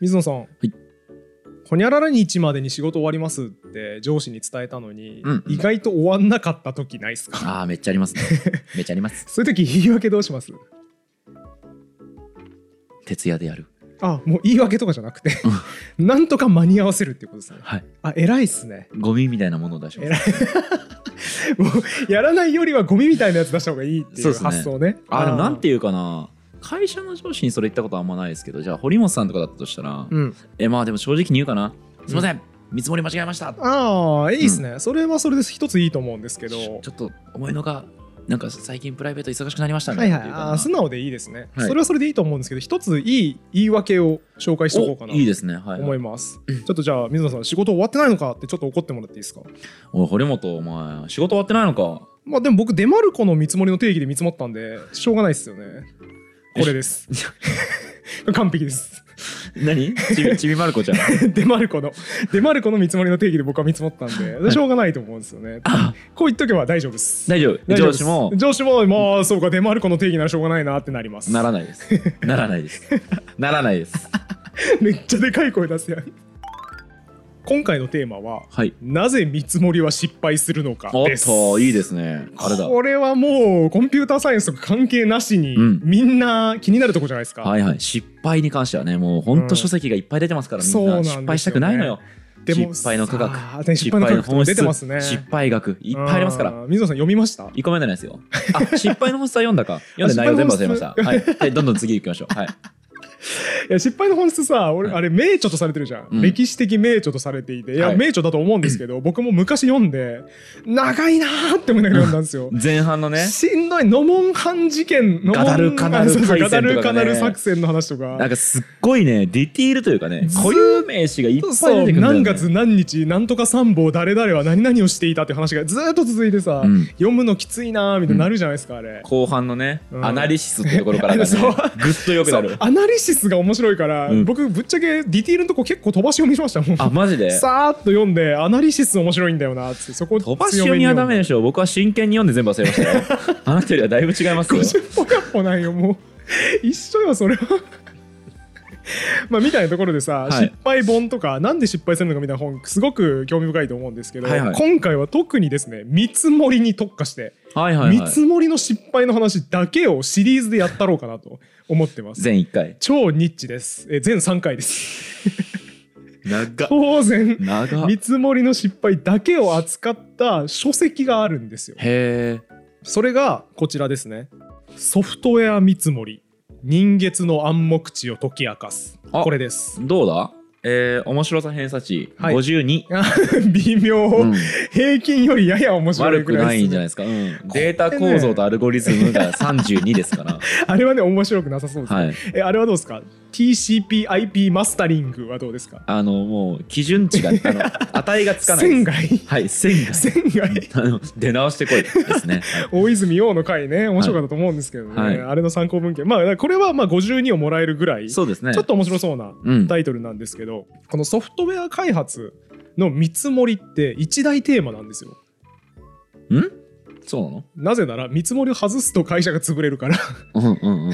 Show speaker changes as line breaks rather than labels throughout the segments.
水野さん、
い
ほにゃらら日までに仕事終わりますって上司に伝えたのに、
うんうん
意外と終わんなかった時ないですか
ああめっちゃありますねめっちゃあります
そういう時言い訳どうします
徹夜でやる
あもう言い訳とかじゃなくて なんとか間に合わせるっていうことですね
はい
あ偉いっすね
ゴミみたいなものを出しま
偉いもうやらないよりはゴミみたいなやつ出した方がいいってい
そう
う
ですね
発想ね
あーでもなんていうかな会社の上司にそれ言ったことはあんまないですけどじゃあ堀本さんとかだったとしたら、
うん
えまあでも正直に言うかなすいません、見積もり間違えました
ああいいですね、それはそれで一ついいと思うんですけど
ちょちょっと思いのがなんか最近プライベート忙しくなりましたみ
は
たい
い
な
は
こ
い
と言うかな、
あー素直でいいですね、
はい
それはそれでいいと思うんですけど一ついい言い訳を紹介しておこうかな
おいいですねはい、
思います、ちょっとじゃあ水野さん仕事終わってないのかってちょっと怒ってもらっていいですか
おい堀本お前仕事終わってないのか
まあでも僕デマルコの見積もりの定義で見積もったんでしょうがないですよねこれです 完璧です
何 ちびちびまる子ちゃん
デマルコのデマルコの見積もりの定義で僕は見積もったんでしょうがないと思うんですよね
あ
こう言っとけば大丈夫です
大丈夫
大丈夫
上
です
司も
上司もまあそうかデマルコの定義ならしょうがないなってなります
ならないですならないですならないです
めっちゃでかい声出すやん今回のテーマは
はい
なぜ見積もりは失敗するのか
おっ
です
といいですねあれだ
これはもうコンピューターサイエンスとか関係なしに、
うん
みんな気になるとこじゃないですか、
はいはい失敗に関してはねもうほん
う
と
ん
書籍がいっぱい出てますからみ
そうんなん
な
ですよね
失敗したくないのよ
でも
失敗の科学
さあね失敗の科学とか出てますね
失敗学いっぱいありますから
うん水野さん読みました
1個目じゃないですよ。あ、失敗の本質は読ん だか。読んで内容全部忘れました。はい。はいどんどん次行きましょう。はい。
いや失敗の本質さ俺、
はい
あれ名著とされてるじゃん、
うん
歴史的名著とされていていや、
はい
名著だと思うんですけど僕も昔読んで長いなーって思いながら読んだんですよ
前半 のね、
しんどいノモンハン事件ノモン
ガダルカナル
そうそう
海
ガ
戦と
ダ
かね
ルカナル作戦の話とか
なんかすっごいね、ディティールというかね、
ずーっと
固有名詞がいっぱい
そ
出
う
てくるんだよね。
何月何日何とか三謀誰々は何々をしていたっていう話がずーっと続いてさ、
うん
読むのきついなーみたいになるじゃないですか、あれ。
後半のね、
うん
アナリシスってところからが ね、
そう
ぐっと良くな
そう
る。
アナリシスが面白いから、
うん
僕ぶっちゃけディティールのとこ結構飛ばし読みしましたもん
あ、マジで
さーっと読んでアナリシス面白いんだよなっつってそこ
飛ばし読みはダメでしょ。僕は真剣に読んで全部忘れましたよ。 あなたよりはだいぶ違いますよ。
50歩100歩ないよもう 一緒よそれは まあみたいなところでさ、
はい
失敗本とかなんで失敗するのかみたいな本すごく興味深いと思うんですけど、
はいはい
今回は特にですね見積もりに特化して、
はいはい
見
はい。
積もりの失敗の話だけをシリーズでやったろうかなと思ってます
全1回。
超ニッチですえ全3回です
長っ。
当然
長っ
見。積もりの失敗だけを扱った書籍があるんですよ
へ
それがこちらですねソフトウェア見積もり人月の暗黙知を解き明かす
あ
これです
ーどうだえー、面白さ偏差値
はい
52。
微妙、
うん
平均よりやや面白
悪
い
く
くら
ない
い
んじゃな
い
いですか、うん、データ構造とアルゴリズムが32です から、
あれはね面白くなさそうです、ね
はい、
えあれはどうですか TCPIP マスタリングはどうですか
あのもう基準値があの 値がつかない
仙
です
外
はい線が
仙外
あの出直してこいですね、
大泉洋の回ね面白かったと思うんですけどね、
はい
あれの参考文献まあだからこれはまあ52をもらえるぐらい
そうですね
ちょっと面白そうな
うん
タイトルなんですけど、このソフトウェア開発の見積もりって一大テーマなんですよ。
うんそうなの
なぜなら見積もりを外すと会社が潰れるから
うん うんうん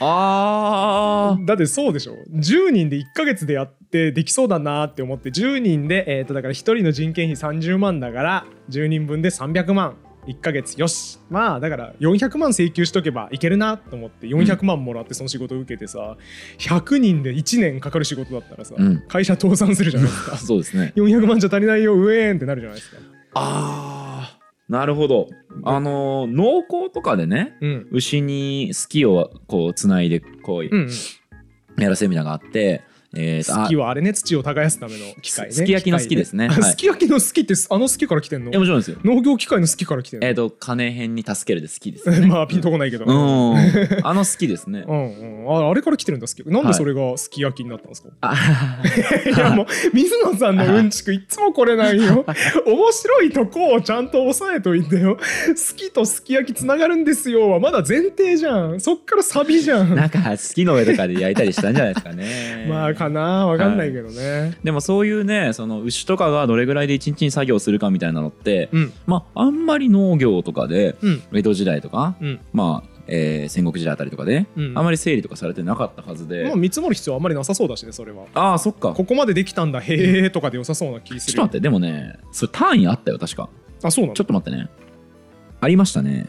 あ
だってそうでしょ10人で1ヶ月でやってできそうだなって思って10人で、えー、とだから1人の人件費30万だから10人分で300万1ヶ月よしまあだから400万請求しとけばいけるなと思って400万もらってその仕事を受けてさ100人で1年かかる仕事だったらさ、
うん
会社倒産するじゃないですか
あそうですね
400万じゃ足りないようえーんってなるじゃないですか。
ああなるほどあの農耕とかでね
うん。
牛に好きをこうつないでこう
うん、
やらせるみたいなのがあって、えーとあ
好きはあれね土を耕すための機械ね。
すすき焼きの好きですね
機械
はい
あすき焼きの好きってあの好きから来てんの
いやもちろんですよ
農業機械の好きから来てん
え
の
っ、と、金編に助けるで好きです、
え まあピンとこないけど。
う
うん
ん。あの好きですね。
うんああれから来てるんだすきなんでそれがすき焼きになったんですか、
あ
い、やもう水野さんのうんちくいつもこれない よ面白いとこをちゃんと押さえといてよ好きとすき焼きつながるんですよはまだ前提じゃんそっからサビじゃん
なんか、好きの上とかで焼いたりしたんじゃないですか ね。
まあかなわかんないけどね、
でもそういうね、その牛とかがどれぐらいで一日に作業するかみたいなのって、
うん
まあ、あんまり農業とかで、
うん
江戸時代とか、
うん
まあ、えー戦国時代あたりとかで、
うん
あまり整理とかされてなかったはずで、
まあ見積もる必要あんまりなさそうだしねそれは
ああそっか
ここまでできたんだへえとかで良さそうな気す
ちょっ
るよ
と待ってでもねそれ単位あったよ確か
あそうなの
ちょっと待ってねありましたね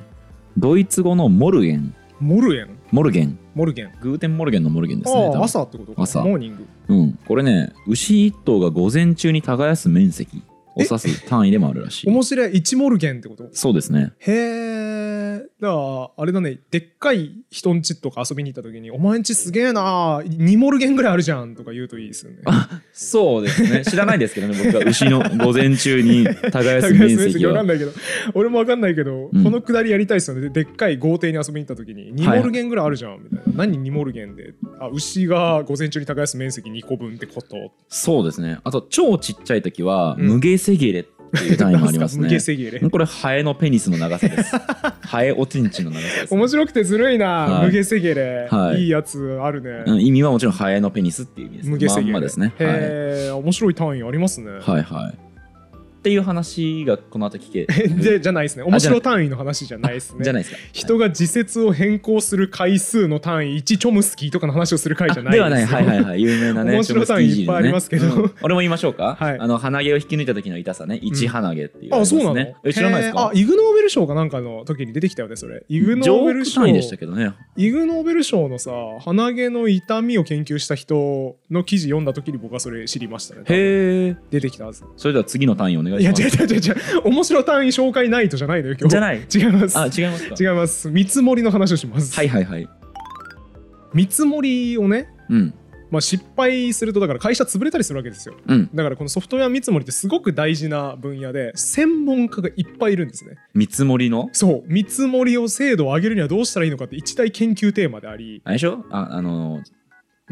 ドイツ語のモルゲン
モルエン
モルゲン
モルゲン
グーテンモルゲンのモルゲンですね多
あ
分
あ朝ってことか
朝
モーニング
うん、これね牛一頭が午前中に耕す面積を指す単位でもあるらしい
面白い1モルゲンってこと
そうですね
へえだからあれだねでっかい人んちとか遊びに行った時に「お前んちすげえな2モルゲンぐらいあるじゃん」とか言うといいですよね
そうですね 知らないですけどね僕は牛の午前中に耕す
高安
面
面
積
積わか
は
んないけど俺もわかんないけど、
うん
このくだりやりたいですよねででっかい豪邸に遊びに行った時に2モルゲンぐらいあるじゃんみたいな、何2モルゲンであ牛が午前中に耕す面積2個分ってこと
そうですねあと超ちっちゃい時は、
うん
無毛セギレっていう単位もあります
無毛
ね
セギレ
これハエのペニスの長さです ハエおちんちんの長さです、
面白くてずるいな、
はい
無毛セギレ、、
はいい
いやつあるね、
うん意味はもちろんハエのペニスっていう意味です
無毛セギレ
まんまですねはい
へえ、面白い単位ありますね、
はいはいっていう話がこの後聞 け
でじゃないですね面白単位の話じゃないですね
じゃないですか
人が自説を変更する回数の単位1チョムスキーとかの話をする回じゃない
あではない、はいはいはい、有名なね、
面白さ
チョムスキー
いっぱいありますけど
ジーのねうん俺も言いましょうか、
はい
あの鼻毛を引き抜いた時の痛さね、一鼻毛っていう、
あ、そうなの
え知らないです
へーあ
か、
イグ・ノーベル賞かなんかの時に出てきたよね、それ。イ
ジ
グ・
ョ
ノーベ
ー
ル
ク
賞
単位でしたけどね、
イグ・ノーベル賞のさ、鼻毛の痛みを研究した人の記事読んだ時に僕はそれ知りましたね。
へえ、
出てきたはず。
それでは次の単位お願い
い
し
や、違
ます。
う違う違う違う。面白単位紹介ないとじゃないのよ、今日。
じゃない
違います。
あ、違いますか。
違います。見積もりの話をします。
はいはいはい。
見積もりをね、
うん、
まあ、失敗するとだから会社潰れたりするわけですよ。
うん、
だからこのソフトウェア見積もりってすごく大事な分野で専門家がいっぱいいるんですね。
見積もりの。
そう見積もりを精度を上げるにはどうしたらいいのかって一大研究テーマであり
あれでしょあ、あのー
うん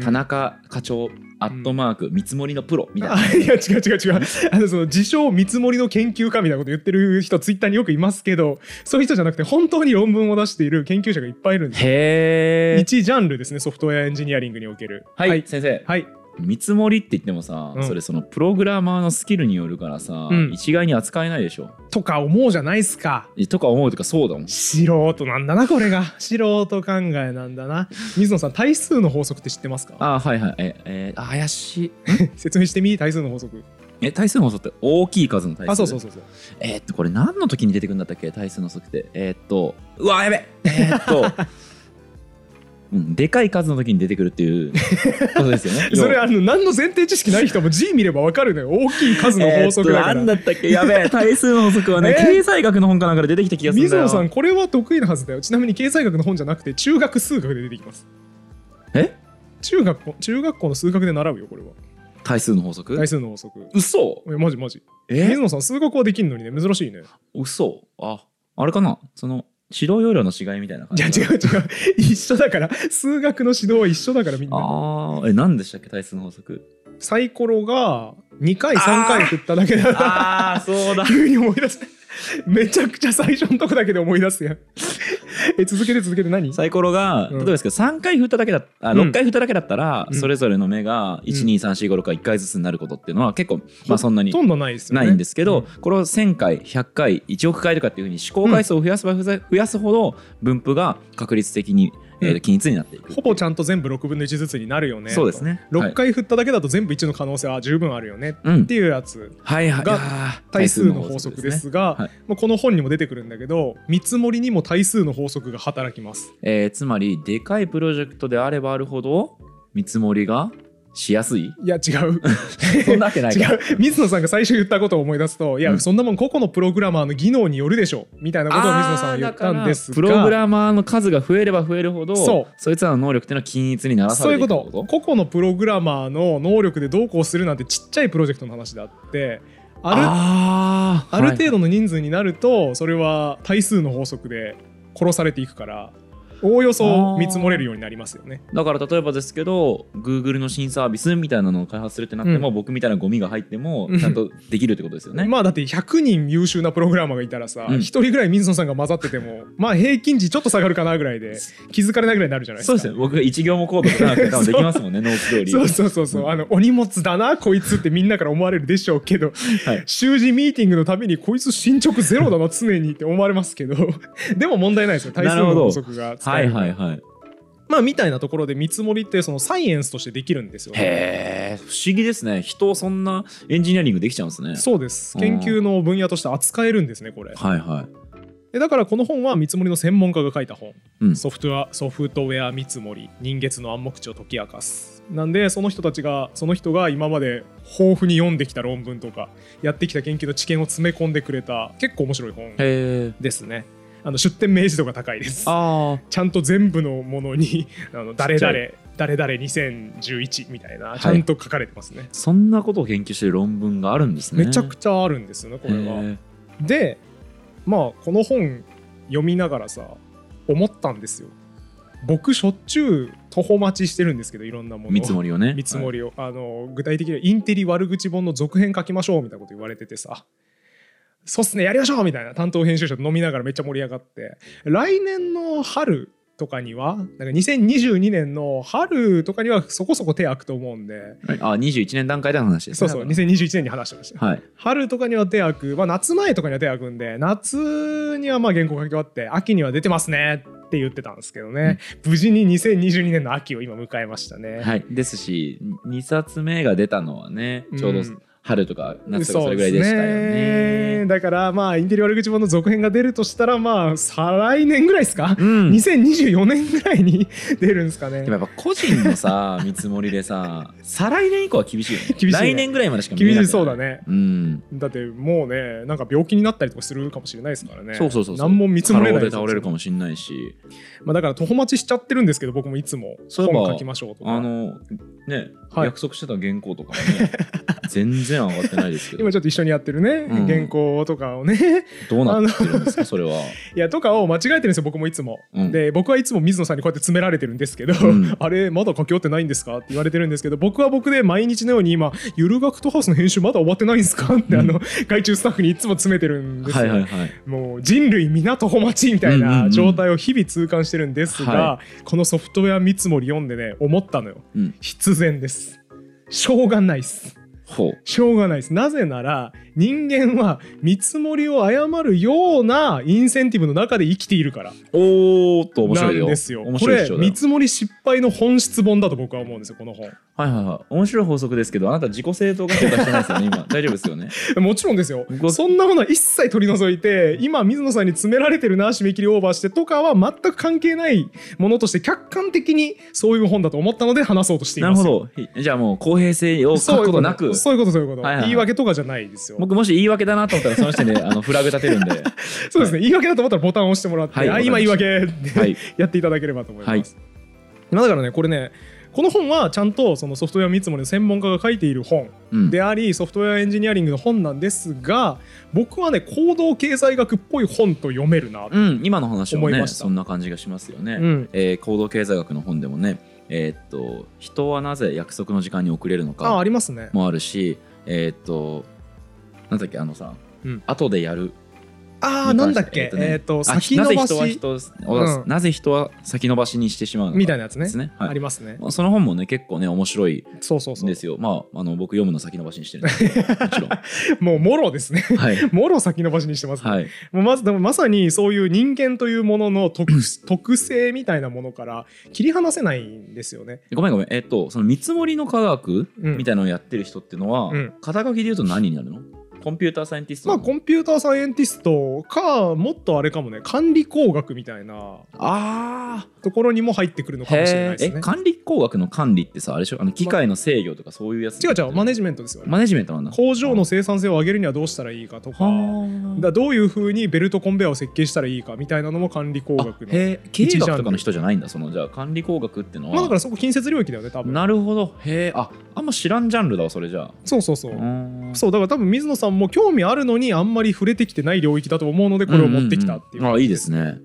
田中課長、アットマーク、見積もりのプロみたいな。
あいや違う違う違うあのその自称見積もりの研究家みたいなこと言ってる人ツイッターによくいますけどそういう人じゃなくて本当に論文を出している研究者がいっぱいいるんです
へえ。
一ジャンルですねソフトウェアエンジニアリングにおける
はい、
はい、
先生、
はい
見積もりって言ってもさ、
うん
それそのプログラマーのスキルによるからさ、
うん
一概に扱えないでしょ
とか思うじゃないですか
えとか思うとかそうだもん
素人なんだなこれが 素人考えなんだな水野さん対数の法則って知ってますか
あはいはいえ、えーあ怪しい
説明してみ対数の法則
え対数の法則って大きい数の対数
あそうそうそうそう
えーっとこれ何の時に出てくるんだったっけ対数の法則ってえーっとうわやべえーっと うん、でかい数の時に出てくるっ ていうことですよね。
それ
要は
あの何の前提知識ない人も G 見ればわかるのよ大きい数の法則だ
えーっ
から、
と何だったっけや べえ対数の法則はね、
えー
経済学の本かなんかで出てきた気がするん
水
だよ。
野さんこれは得意なはずだよちなみに経済学の本じゃなくて中学数学で出てきます
え
中学校中学校の数学で習うよこれは
対数の法則
対数の法則
嘘
えマジマジ
え
水野さん数学はできるのにね珍しいね
嘘ああれかなその指導要領の違いみたいな感
い
じ
や違う違う 一緒だから数学の指導は一緒だからみんな
ああえ何でしたっけ対数の法則
サイコロが2回3回振っただけだから
ああそうだ
急に思い出すめちゃくちゃ最初のとこだけで思い出すやんえ続けて続けて何
サイコロが、
うん
例えばですけど3回振っただけだあ
うん
6回振っただけだったら、
うん
それぞれの目が12345、6回1回ずつになることっていうのは結構、まあ、そんなに
ほとんどないですよね
ないんですけど、
うん
これを1000回100回1億回とかっていうふうに試行回数を増やせば増や増やすほど分布が確率的に、え
うん
ー、均一になっていく、
ほぼちゃんと全部6分の1ずつになるよね
そうですね
と
は
6
い
回振っただけだと全部1の可能性は十分あるよねっ
うん
ていうやつ
はいはい
が
いやー
対数の法則です
ね
が
はい
まあこの本にも出てくるんだけど見積もりにも対数の法則が働きます
えーつまりでかいプロジェクトであればあるほど見積もりがしや すい
いや違う
そんなわけない
違
か
う水野さんが最初言ったことを思い出すといや、
うん
そんなもん個々のプログラマーの技能によるでしょうみたいなことを水野さんは言ったんですが
あーだからプログラマーの数が増えれば増えるほど
そう
いつらの能力っていうのは均一にならさ
そうい
れ
う
てい
こ
く
と個々のプログラマーの能力でどうこうするなんてちっちゃいプロジェクトの話であってある
あー
ある
はい
程度の人数になるとそれは対数の法則で殺されていくからおおよそ見積もれるようになりますよね。
だから例えばですけど Google の新サービスみたいなのを開発するってなっても、僕みたいなゴミが入っても
うん
ちゃんとできるってことですよね、
まあだって100人優秀なプログラマーがいたらさ、
うん
1人ぐらい水野さんが混ざっててもまあ平均値ちょっと下がるかなぐらいで気づかれないぐらいになるじゃないです
そう
か。
ですよ僕が一行もコード書かなくて多分できます もんねノート通り
そうそうそうそう、
うん
あのお荷物だなこいつってみんなから思われるでしょうけど、
はい
習字ミーティングのたびにこいつ進捗ゼロだな常にって思われますけどでも問題ないですよ対数の法則が使
はいはいいはい。
まあみたいなところで見積もりってそのサイエンスとしてできるんですよね。
へえ、不思議ですね。人をそんなエンジニアリングできちゃうんですね。
そうです
うん
研究の分野として扱えるんですねこれ
はいはい。
でだからこの本は見積もりの専門家が書いた本、
うん
ソフトウェアソフトウェア見積もり人月の暗黙知を解き明かすなんでその人たちがその人が今まで豊富に読んできた論文とかやってきた研究の知見を詰め込んでくれた結構面白い本
へえ。
ですねあの出典明示度が高いです
ああ。
ちゃんと全部のものに 「あの誰
ちっちゃ
々
い
誰々2011」みたいな
はい
ちゃんと書かれてますね、
そんなことを研究してる論文があるんですね。
めちゃくちゃあるんですよねこれは。
へえ
でまあこの本読みながらさ思ったんですよ僕しょっちゅう徒歩待ちしてるんですけどいろんなものを
見積もりをね。
見積もりを、あの具体的にはインテリ悪口本の続編書きましょうみたいなこと言われててさそうっすねやりましょうみたいな担当編集者と飲みながらめっちゃ盛り上がって来年の春とかにはなんか2022年の春とかにはそこそこ手開くと思うんで
はい。あ、二十一年段階での話です、
そ
ね。
うそう
だか
2021年に話してました
らはい。
春とかには手開く、まあ、夏前とかには手開くんで夏にはまあ原稿書き終わって秋には出てますねって言ってたんですけどね、無事に2022年の秋を今迎えましたね。
はい、ですし2冊目が出たのはねちょうど
うん
春とか夏とか
そ
それ
う
ぐ
です
らいでしたよ
ね
ね。
だからまあインテリ悪口本の続編が出るとしたらまあ再来年ぐらいですか、
うん、で
2024年ぐらいに出るんですかね
もやっぱ個人 のさ見積もりでさ再来年以降は厳しいよね
厳しいね
来年ぐらいまでしか見え
厳
なくな
し
い
いそうだね
うん
だってもうねなんか病気になったりとかするかもしれないですからね
そうそうそうそう
何も見積もれ
過
な
労
い
で倒れるかもしれないし
まあ、だから徒歩待ちしちゃってるんですけど僕もいつも
そういえば
本書きましょうとか
あのね、
はい
約束してた原稿とかもね全然上がってないで すけど
今ちょっと一緒にやってるね、
うん
原稿とかをね
どうなってるんですかそれは。
いやとかを間違えてるんですよ僕もいつも、
うん
で僕はいつも水野さんにこうやって詰められてるんですけど、
うん
あれまだ書き終わってないんですかって言われてるんですけど僕は僕で毎日のように今「ゆる学徒ハウスの編集まだ終わってないんですか?」って、
うん
あの外注スタッフにいつも詰めてるんですよ、
はいはいはい、
もう人類皆徒歩待ちみたい
うんうんう
なん状態を日々痛感してるんですが、
は
このソフトウェア見積もり読んでね思ったのよ
うん、
必然ですしょうがないっす
ほう
しょうがないですなぜなら人間は見積もりを誤るようなインセンティブの中で生きているから
おーっと面
な
白いよ
んですよ
面
こ
白いで
れ
しょ
見積もり失敗の本質本だと僕は思うんですよこの本
はいはいはい。面白い法則ですけど、あなた自己正当化評価してないですよ ね、今。大丈夫ですよね。
もちろんですよ
ご
そんなものは一切取り除いて今水野さんに詰められてるな締め切りオーバーしてとかは全く関係ないものとして客観的にそういう本だと思ったので話そうとしてい
な
ま
る
す
ほど。じゃあもう公平性を
そ
欠
うい
く
うこと
ことなく、
そういうことそういうこと、
はいはいはい
言い訳とかじゃないですよ
僕もし言い訳だなと思ったら、その時点で あのフラグ立てるんで。
そうですね、言い訳だと思ったらボタンを押してもらって、
はい
あ今言い
わ
訳
はい。
やっていただければと思います。まあだからねこれねこの本はちゃんとそのソフトウェア見積もりの専門家が書いている本
うん、
であり、ソフトウェアエンジニアリングの本なんですが僕はね行動経済学っぽい本と読めるな、
うん、今の話も
思いま
ね、
した
そんな感じがしますよね。
うん
えー行動経済学の本でもね、えーっと、人はなぜ約束の時間に遅れるの
あ
か
ありますね。
もあるし、えーっと、なんだっけ、あのさ、
うん
後でやる
ああなんだっけえ
え
っ
っ、とね
と
あ
先延ばし
なぜ人は人を、
うん
なぜ人は先延ばしにしてしまうのか
みたいなやつね
ですね、はい
ありますね。
まあその本もね結構ね面白い
そうそうそ
ん
う
ですよまああの僕読むの先延ばしにしてるんですけ どもちろん
もうもろですね。
はい
もろ先延ばしにしてますね、
はい
もうまずでもまさにそういう人間というものの特特性みたいなものから切り離せないんですよね。
ごめんごめんえっとその見積もりの科学
うん
みたいなのをやってる人っていうのは、
うん
肩書きで言うと何になるのコンピューターサイエンティスト
ま
な
あ
の
コンピューターサイエンティストかもっとあれかもね管理工学みたいな
あ
ところにも入ってくるの
ー
かもしれないで
へーえ
すね。
管理工学の管理ってさあれでしょあの機械の制御とかそういうやつ
違う違うマ
マネ
ネジメントですよね。
ジメントなんだ
工場の生産性を上げるにはどうしたらいいかとか
は
だどういうふうにベルトコンベアを設計したらいいかみたいなのも管理工
あ
学の。
へー経営学とかの人じゃないんだそのじゃあ管理工学ってのは、
まあだからそこ近接領域だよね多分。
なるほどへえああんま知らんジャンルだわそれじゃあ
そうそうそう
う。ーん
そうだから多分水野さんも興味あるのにあんまり触れてきてない領域だと思うのでこれを持ってきたっていう。
んんんあいいですね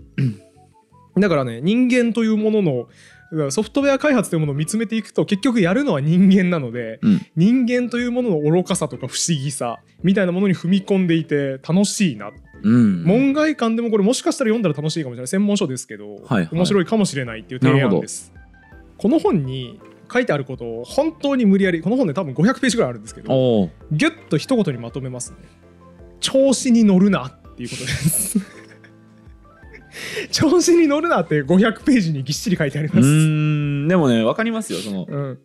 だからね人間というもののだからソフトウェア開発というものを見つめていくと結局やるのは人間なので
うん
人間というものの愚かさとか不思議さみたいなものに踏み込んでいて楽しいな、
うん
門外観でもこれもしかしたら読んだら楽しいかもしれない専門書ですけど、
はいはい
面白いかもしれないっていう提案ですこの本に書いてあることを本当に無理やりこの本で多分500ページぐらいあるんですけど
おー
ギュッと一言にまとめますね調子に乗るなっていうことです 調子に乗るなって500ページにぎっしり書いてあり
う
ます。
ーんでもね分かりますよその
うん、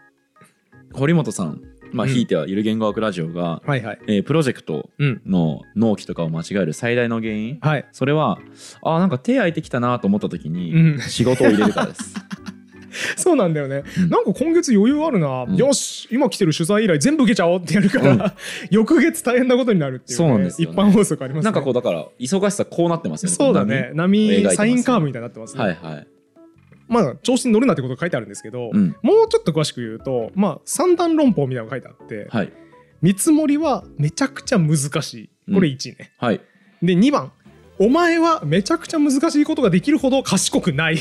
堀本さんまあ
うん
ひいてはゆる言語学ラジオが、
はいはい。
えープロジェクト
うん。
の納期とかを間違える最大の原因
はい。
それはあーなんか手空いてきたなと思った時
う
に
ん。
仕事を入れるからです
そうなんだよね、
うん
なんか今月余裕あるな、
うん
よし今来てる取材依頼全部受けちゃおうってやるから、
うん
翌月大変なことになるっていう、ね、
そうなんですよね
一般法則ありますね
なんかこうだから忙しさこうなってますよね
そうだね波
描いてます
サインカーブみたいになってますね、
はいはい
まあ調子に乗るなってことが書いてあるんですけど、
うん
もうちょっと詳しく言うとまあ三段論法みたいなのが書いてあって、
はい
見積もりはめちゃくちゃ難しいこれ1ね、
はい
で2番お前はめちゃくちゃ難しいことができるほど賢くない、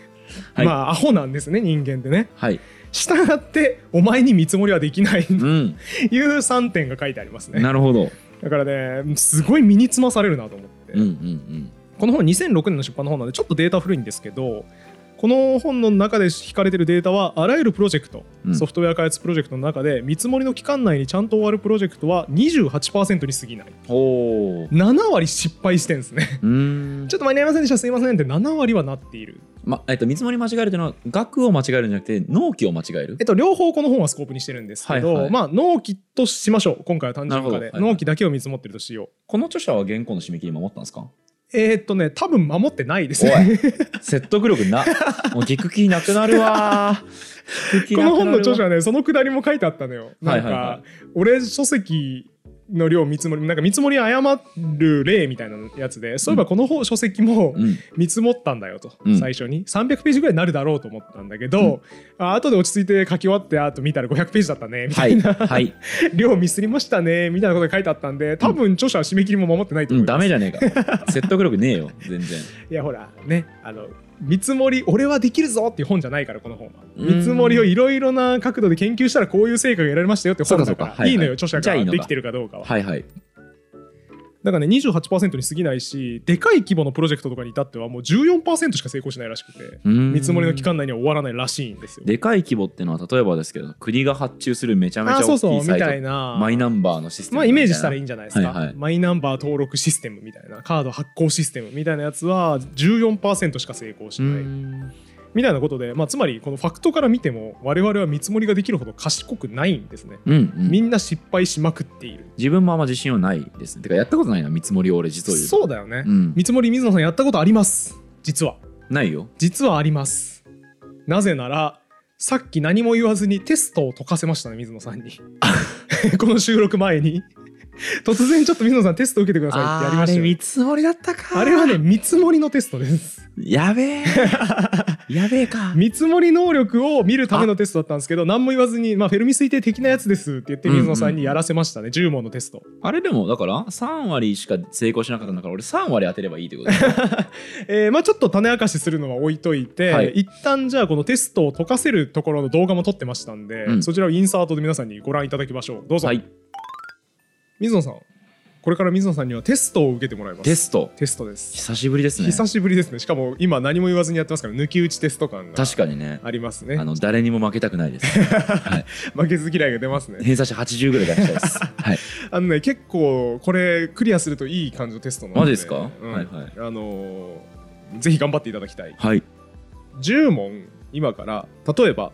はい
まあアホなんですね人間ってね
はい
従ってお前に見積もりはできない
うん
いう3点が書いてありますね
なるほど
だからねすごい身につまされるなと思って、
うんうん
この本2006年の出版の本なんでちょっとデータ古いんですけどこの本の中で引かれてるデータはあらゆるプロジェクト、
うん
ソフトウェア開発プロジェクトの中で見積もりの期間内にちゃんと終わるプロジェクトは28%に過ぎない
うんおお
7割失敗してんですね
うーん
ちょっと間に合いませんでしたすいませんって7割はなっている
まえっと見積もり間違えるというのは額を間違えるんじゃなくて納期を間違える
えっと、両方この本はスコープにしてるんですけど、
はいはい
まあ納期としましょう今回は単純化
なる
で、
ほどはい
納期だけを見積もってるとしよう
この著者は原稿の締め切り守ったんですか
えー、っとね多分守ってないです
お
ね
説得力な もう聞く気なくなるわー聞く 気
こ
なくなるわ
の本の著者はねそのくだりも書いてあったのよなんか、
はいはいはい
俺書籍の量見積もりなんか見積もり誤る例みたいなやつでそういえばこの本書籍も
うん
見積もったんだよと、
うん
最初に300ページぐらいになるだろうと思ったんだけど、あ後で落ち着いて書き終わってあと見たら500ページだったねみた
はいい
な、
はい、
量ミスりましたねみたいなことが書いてあったんで多分著者は締め切りも守ってないと
う
思い
ん、
ます、
ダメじゃねえか説得力ねえよ全然
いやほらねあの見積もり俺はできるぞっていう本じゃないからこの本は
うん
見積もりをいろいろな角度で研究したらこういう成果が得られましたよって本
そ
だ
う
か
かそう
ら
かはいはい
いのよ著者
じゃあいい
が
のか
できてるかどうかは
はいはい
だからね28%に過ぎないしでかい規模のプロジェクトとかに至ってはもう14%しか成功しないらしくて見
見
積もりの期間内には終わらないらしいんですよ
でかい規模ってのは例えばですけど国が発注するめちゃめち
あ
ゃ
ーそ
大
うそう
きい
み
サイト
たいな
マイナンバーのシステム
まあイメージしたらい
い
いんじゃないですか、
はいはい
マイナンバー登録システムみたいなカード発行システムみたいなやつは14%しか成功し
う
ない、
ん
みたいなことで、まあ、つまりこのファクトから見ても我々は見積もりができるほど賢くないんですね、
うん
みんな失敗しまくっている、
自分もあんま自信はないですねてかやったことないな見積もりを俺実を言うと
そうだよね、
うん
見積もり水野さんやったことあります実は
ないよ
実はありますなぜならさっき何も言わずにテストを解かせましたね水野さん にこの収録前に突然ちょっと水野さんテスト受けてくださいってやりましたよね
積もりだったか
あれはね見積もりのテストです
やべ えやべえか
見積もり能力を見るためのテストだったんですけど何も言わずに、まあ、フェルミ推定的なやつですって言って水野さんにやらせましたね、10問のテスト
あれでもだから3割しか成功しなかったんだから俺3割当てればいいってことだよ
えーまあ、ちょっと種明かしするのは置いといて、
はい
一旦じゃあこのテストを解かせるところの動画も撮ってましたんで、
うん
そちらをインサートで皆さんにご覧いただきましょうどうぞ、
はい
水野さんこれから水野さんにはテストを受けてもらいます
テスト
テストです
久しぶりですね
久しぶりですねしかも今何も言わずにやってますから抜き打ちテスト感が
確かにね
ありますね
あの誰にも負けたくないです
負けず嫌いが出ますね
偏差値80ぐらい出したいです はい
あのね結構これクリアするといい感じのテストなので
マジですか
うん
はいはい
あのーぜひ頑張っていただきたい
はい
10問今から例えば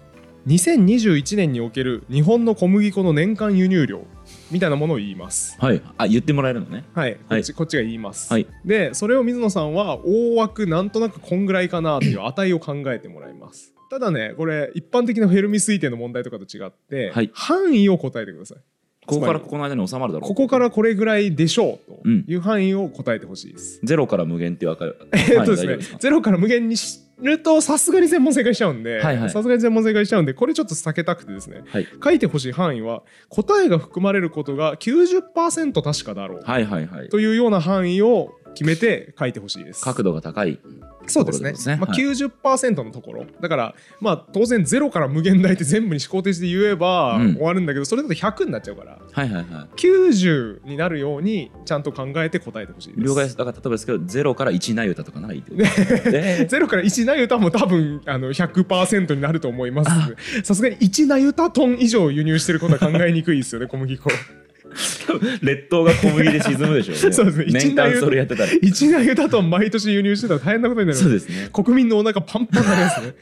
2021年における日本の小麦粉の年間輸入量みたいなものを言います
はいあ言ってもらえるのね
はいこっち,、こっちが言います、
はい
でそれを水野さんは大枠なんとなくこんぐらいかなっていう値を考えてもらいますただねこれ一般的なフェルミ推定の問題とかと違って、
はい
範囲を答えてください
ここからここの間に収まるだろう
ここからこれぐらいでしょうと
うん
いう範囲を答えてほしいです。
ゼロから無限って分かる
えっと
はい大丈夫
で
ですす
ね
か、
ゼロから無限にするとさすがに全問正解しちゃうんで、
はいはい
さすがに全問正解しちゃうんで、これちょっと避けたくてですね、
はい
書いてほしい範囲は、答えが含まれることが90%確かだろう、
はいはいはい
というような範囲を決めて書いてほしいです。
角度が高い
そうですね
ところですね
まあ、
はい
90%のところ、だから、まあ、当然ゼロから無限大って全部に思考停止で言えば
うん
終わるんだけど、それだと100になっちゃうから。
はいはいは
90になるようにちゃんと考えて答えてほしい
い
で。
了解ですすだから例えばですけどゼロから1ない歌とかならいいって ことで
ゼロから1なゆたも多分あの100%になると思います。さすがに1なゆたトン以上輸入してることは考えにくいですよね、小麦粉。
列島が小麦で沈むでしょうね。
そうですね
年間 それやってたら。
一内だと毎年輸入してたら大変なことになり
そ
ま
う
す
ですね。
国民のお腹パンパンになりますね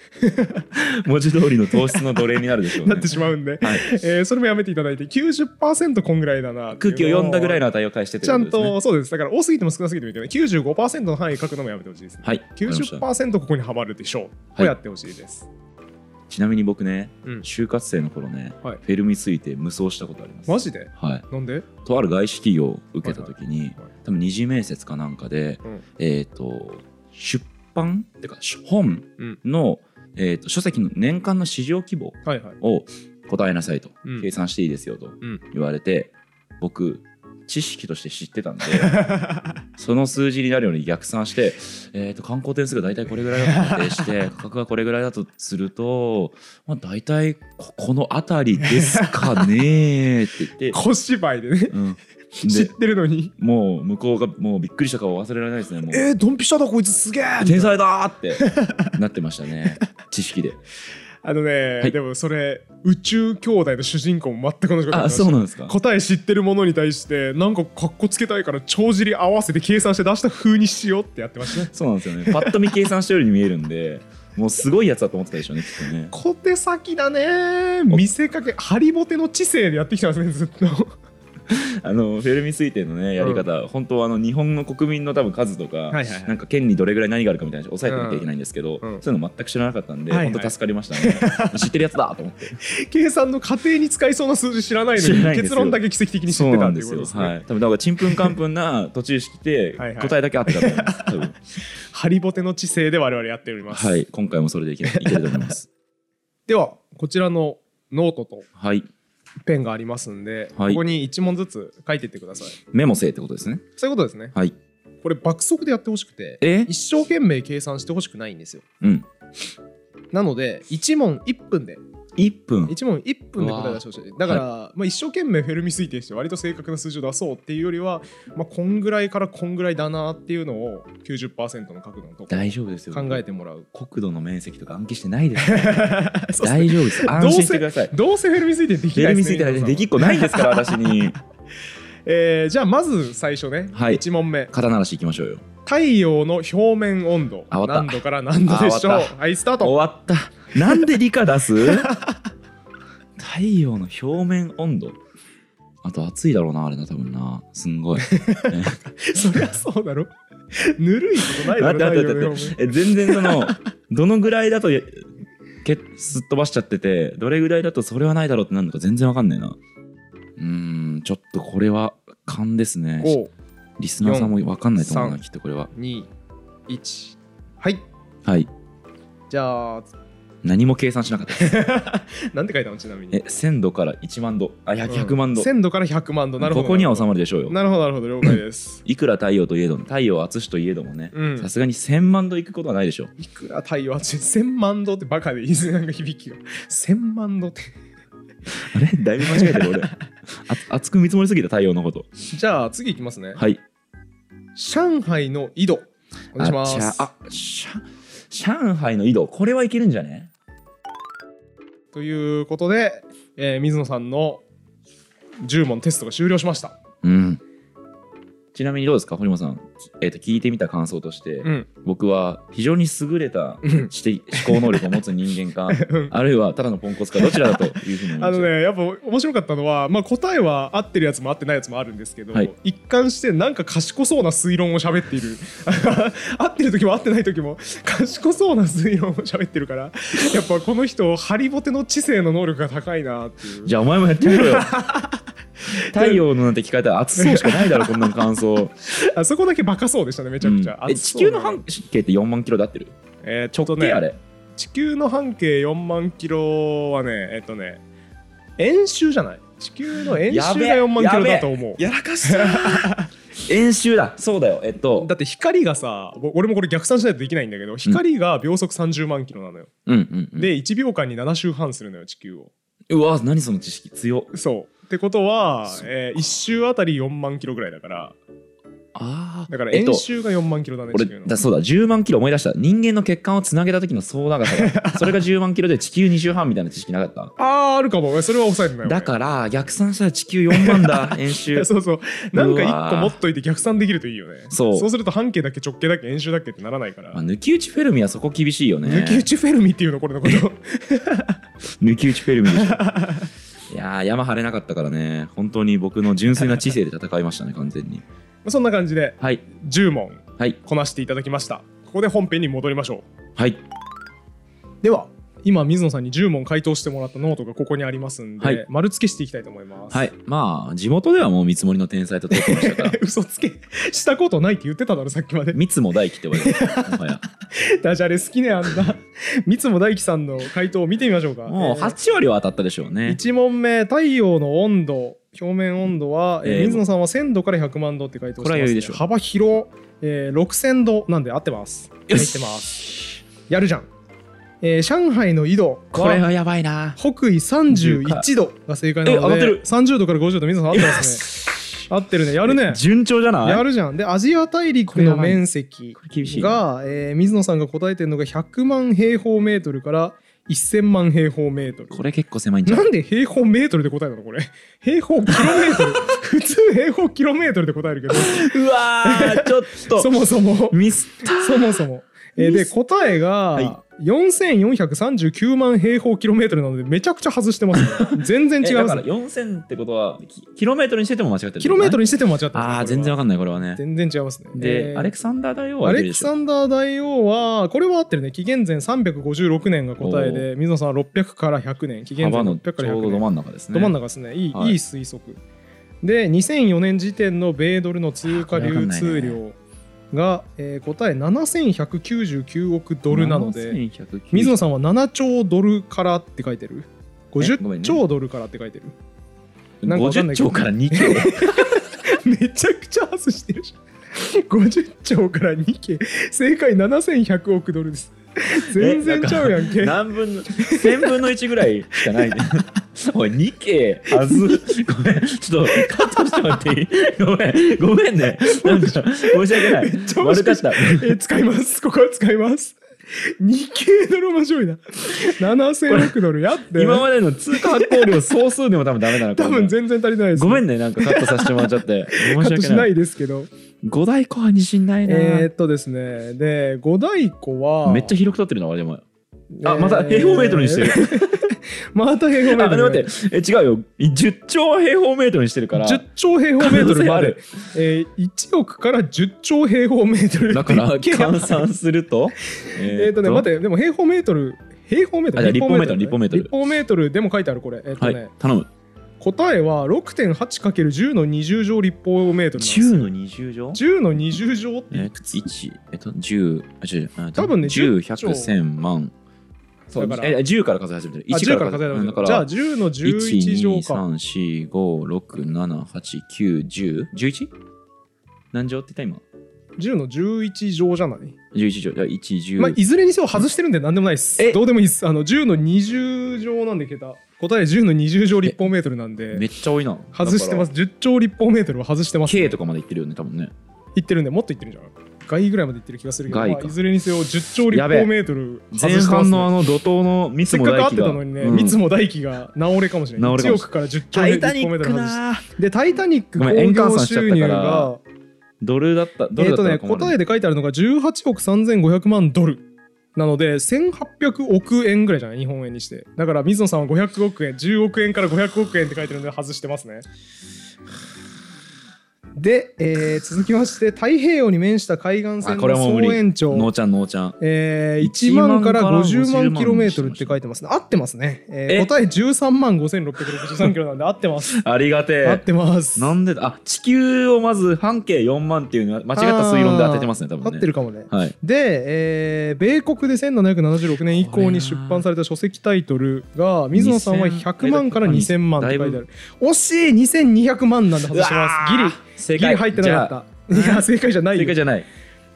文字通りの糖質の奴隷になるでしょうね。
なってしまうんで、
はい
えーそれもやめていただいて90%こんぐらいだなっていう
空気を読んだぐらい
の
の値を返してって
ちゃん
ことですね
とそうですだから多すぎても少なすぎてもいいけど95%の範囲書くのもやめてほしいですね、
はいわかりました
90%ここにはまるでしょう、
はい
をやってほしいです
ちなみに僕ね、
うん
就活生の頃ね、
はい
フェルミ推定無双したことあります。
マジで
はい、
なんで
とある外資企業を受けた時
はい
に、
はい
多分二次面接かなんかで、
うん
えっ、と出版ってか本
うん
の、えー、と書籍の年間の市場規模
はいはい
を答えなさいと、
うん
計算していいですよと
ん
言われて、僕知識として知って たんでその数字になるように逆算して、えー、と観光点数が大体これぐらいだと仮定して 価格がこれぐらいだとすると、まあ、大体こ この辺りですかねって言って、
小芝居でね
うん、
知っ
で
てるのに
もう向こうがもうびっくりした顔忘れられないですねもう
えー、ドンピシャだこいつすげえ
天才だーってなってましたね 知識で
あのね、
はい
でもそれ宇宙兄弟の主人公も全く同じことやってま
あ
した
そうなんですか
答え知ってるものに対してなんかかっこつけたいから帳尻合わせて計算して出した風にしようってやってましたね
そうなんですよねパッと見計算したように見えるんでもうすごいやつだと思ってたでしょうねきっ とね
小手先だね見せかけハリボテの知性でやってきたんですねずっと
あのフェルミ推定のねやり方、本当はあの日本の国民の多分数とか、
はいはいはい
なんか県にどれぐらい何があるかみたいなの抑えてなきゃいけないんですけど、
うんうん
そういうの全く知らなかったんで、
はいはい
本当助かりましたね 知ってるやつだと思って
計算の過程に使いそうな数字知らないの
知らな
に
いんですよ
結論だけ奇跡的に知っ
そう
てた
なん
って
で
いう
す
こと
よ、
ですね
はい多分だからちんぷんかんぷんな途中式で
はいはい
答えだけ合ってたと思います多分
ハリボテの知性で我々やっております、
はい今回もそれでいけいけると思います
ではこちらのノートと
はい
ペンがありますんで、
はい
ここに1問ずつ書いていってください
メモせえってことですね
そういうことですね
はい
これ爆速でやってほしくて
え
一生懸命計算してほしくないんですよ
うん
なので1問1分で
1分
1問1分で答え出してほしいだから、まあ、一生懸命フェルミ推定して割と正確な数字を出そうっていうよりは、まあ、こんぐらいからこんぐらいだなっていうのを90%の角度のとこ
大丈夫ですよ
考えてもら う
国土の面積とか暗記してないですよ
そうっすね
大丈夫です安心してください
どうせフェルミ推定で き
フェ
ない
ル
で
ミ
す
推
ね
定なんてできっこないで すから私に
えーじゃあまず最初ね、
はい
1問目
肩慣らしいきましょ うよ
太陽の表面温度
あ終わった
何度から何度でしょう
あ終わっ
はいスタート
終わったなんで理科出す 太陽の表面温度あと暑いだろうなあれな多分なすんごい
そりゃそうだろ。ぬるいことないだろ、
待って待って
太陽の
待
表面
え全然 そのどのぐらいだとやけすっ飛ばしちゃっててどれぐらいだとそれはないだろうってなるのか全然わかんないなうーんちょっとこれは勘ですね
5、
リスナーさんもわかんないと思うな
四
きっとこれは
2、1。はい。
はい
じゃあ、
何も計算しなかったです
なんて書いたのちなみに。
え1000度から1万度あ
うん
100万度、
1000度から100万度。なるほ
こ
ど。
こには収ま
る
るでしょうよ
なるほど、なるほど、了解 です。
いくら太陽といえども太陽はしといえどもね
うん
さすがに1000万度いくことはないでしょう
いくら太陽は1000万度ってバカでいい ですね、なんか響きが。1000万度って。
あれだいぶ間違え てる俺あ熱く見積もりすぎた太陽のこと
じゃあ、次いきますね。
はい
上海の緯度。お願いしま
あじゃ
す。
ああしゃ上海の井戸これはいけるんじゃね
ということで、えー水野さんの10問テストが終了しました。
うんちなみにどうですか堀本さん、えー、と聞いてみた感想として、
うん。
僕は非常に優れた
うん
知的思考能力を持つ人 間か
うん
あるいはただのポンコツかどちらだというふうに思いま
あ
し
の
た
ねやっぱ面白かったのは、まあ、答えは合ってるやつも合ってないやつもあるんですけど、
はい
一貫してなんか賢そうな推論を喋っている 合ってる時も合ってない時も賢そうな推論を喋ってるからやっぱこの人ハリボテの知性の能力が高いなっていう
じゃあお前もやってみ ろよ太陽のなんて聞かれたら暑そうしかないだろこんな感想
あそこだけバカそうでしたねめちゃくちゃ、
うんえ
熱
地
そうな
球の半径って4万キロだってる
えーっ
直
と
径あ
ね
れ
地球の半径4万キロはねえっとね円周じゃない地球の円周が
やべえ
4万キロだと思う
やらかした 円周だそうだよえっと
だって光がさぼ俺もこれ逆算しないとできないんだけど光が秒速30万キロなのよ、
うんうんうん
で1秒間に7周半するのよ地球を
うわ何その知識強っ
そうってことは
そっ、か
え1周あたり4万キロぐらいだから
ああ
だから
えっと
円周が4万キロだね、
俺
地球の
だそうだ10万キロ思い出した人間の血管をつなげた時の総長さが それが10万キロで地球2周半みたいな知識なかった
あーあるかも俺それは抑えてない
だから逆算したら地球4 万だ円周
らそうそうなんか1個
うわー
持っといて逆算できるといいよね
そう
そうすると半径だっけ直径だっけ円周だっけってならないから、
まあ、抜き打ちフェルミはそこ厳しいよね
抜き打ちフェルミっていうのこれのこと
抜き打ちフェ ルミでしょいやー山張れなかったからね本当に僕の純粋な知性で戦いましたね完全に
そんな感じで
はい
10問
はい
こなしていただきましたここで本編に戻りましょ
はい、
うでは今水野さんに10問回答してもらったノートがここにありますんで、
はい
丸付けしていきたいと思います
はい、まあ地元ではもう見積もりの天才と通ってましたから
嘘つけしたことないって言ってただろさっきまで
三つも大輝って呼ばれてるもはや
ダジャレ好きねあんな三つも大樹さんの回答を見てみましょうか
もう8割は当たったでしょう
えー
ね
一問目太陽の温度表面温度は、えー
えー
水野さんは1000度から100万度って回答して
これ
ま
は
す、
良
ね
いでしょ、う
幅広、えー、6000度なんで合ってます入って
よ
ま
し
すやるじゃん、えー上海の緯度
これ
は
はやばいな
北緯31度が正解なので
え上がってる
30度から50度水野さん合ってますね合ってるねやるね
順調じゃない
やるじゃんでアジア大陸
これや
の
ばい
面積
これ厳しいね
が、えー水野さんが答えてるのが100万平方メートルから1000万平方メートル
これ結構狭いんじゃ
な
ない
んで平方メートルで答えたのこれ平方キロメ ートル普通平方キロメートルで答えるけど
うわー ちょっ
そもそ も
ミスった
そもそもえー
ミ
で
ス
答えが
は
4439万平方キロメートルなのでめちゃくちゃ外してます ね全然
え
違い
だ
ま
か
す
ら
ね
4000ってことはキキロメートルにしてても間違ってる
キロメート
ル
ルにしてても間違ってます
ああ全然わ
わ
かんないこれはね
全然違いますね
で、
えー
アレクサンダー大王
ア
はいる
レ
で
ク
しょ
サンダー大王はこれは合ってるね紀元前356年が答えで水野さんは600から100年紀元前
幅の
600
ちょ
から100
うどど
年
真ん中ですね
ど真ん中ですねいい,、、
はいい
い推測で2004年時点の米ドルの通貨流通量が、えー答え7199億ドルなので
7190
水野さんは7兆ドルからって書いてる
えごめん
50
ね
兆ドルからって書いてる なんかわかんない
50
けど
兆から2兆
めちゃくちゃ外してるじゃん50兆から2系正解7100億ドルです全然ちゃうやんけ
何分の1000分の1ぐらいしか ないねおい 2K はずごめんちょっとカットしてもらっていいごめんごめんねなんか申し訳ない
めっちゃ面
悪
白
か
い
った
えー使います。ここは使います。日系ドル面白いな。7000億ドルやって。
今までの通貨発行量総数でも多分ダメなのか
多分全然足りないです。
ごめ
ん。
んねなんかカットさせてもらっちゃ って
カ
申
ッ
し
ト
訳
しな
ない
いですけど。
五大湖は自信ないな、
えー、っとですね。で、五大湖は。
めっちゃ広く取ってるな俺でもあ
えー
また平方メートルにして。 る、
また平方メ
あ
ート
待
ル。
って待ってえ違うよ10兆平方メートルにしてるから
10兆平方メートルま
可能性あ
で
る、
えー、1億から10兆平方メートル
だから
日系が
換算すると
えー、とね、待って、でも平方メートル、平方メート
あじ
ル、
ゃあ立方メートル
立方メートルでも書いてある、これ。えーっと
は
ね、
い頼む
答えは 6.8×10 の20乗立方メートルなんです
10の20乗
10の20乗って
え
い
っ
く
と
つ
1えっと10あ違う違うあ
多分ね
10
10
100 1000万そう
だ
だ
か
からら10から数え始めてる
あ
1
10
か
からら
数
数
え
えた
始めて
んだか
るからら
じゃあ10の11乗か
1234567891011何乗って言った
10の11乗じゃない、
今11乗じゃあ110、
まあ、いずれにせよ外してるんで何でもないです
え
どうでもいいですあの10の20乗なんで桁答え10の20乗立方メートルなん
め
で
っちゃ多いな
外してます
だか
10兆立方メートルは外して
ら
ます
K とかまでいってるよね多分ね
いってるんでもっといってるんじゃない外ぐらいまでいってる気がするけど、
外
ま
か
あ、いずれにせよ10兆立
やべ
方
え
メートル外
前
してます、
半のあ
ね、
の怒涛の三つ
せっ
も
かく合
大
っ
輝
て
が
たのにね、
う
三つも大輝が直れかもしれない。
直れ
1
かもしれない
億から10兆
タイ
立
タニ
方メー
ッ
ト
ク
ル外して
な
で、タイタニック
ご
興
めん円換
行
算しちゃっ
収
た
入
から
が、
ドルだったド
えっ
ルだっ
と
た
ね、
ら困る、
答えで書いてあるのが18億3500万ドル。なので、1800億円ぐらいじゃない日本円にして。だから、水野さんは500億円、10億円から500億円って書いてるんで、外してますね。で、えー続きまして、太平洋に面した海岸線
あこれ
の
はもう無
総
理
延長。
ノーちゃんノーちゃん
えー、1
1
万
万
から
から
50
50
万
万
キロメートルって書いてますね。合ってますね。えー
え
答え13万5663キロ なんで合ってます。
ありがてえ
合ってます。
なんでだあ地球をまず半径4万っていうのは間違った推論で当ててますね多分
合
ね
ってるかもね。
はい
で、えー米国で1776年以降に出版された書籍タイトルが水野さんは100万から2000万って書いてある惜しい2200万なんで外してますギリ
正
ギリ入ってなかった
じゃあ
いや正解じゃない
正解
よ
じゃない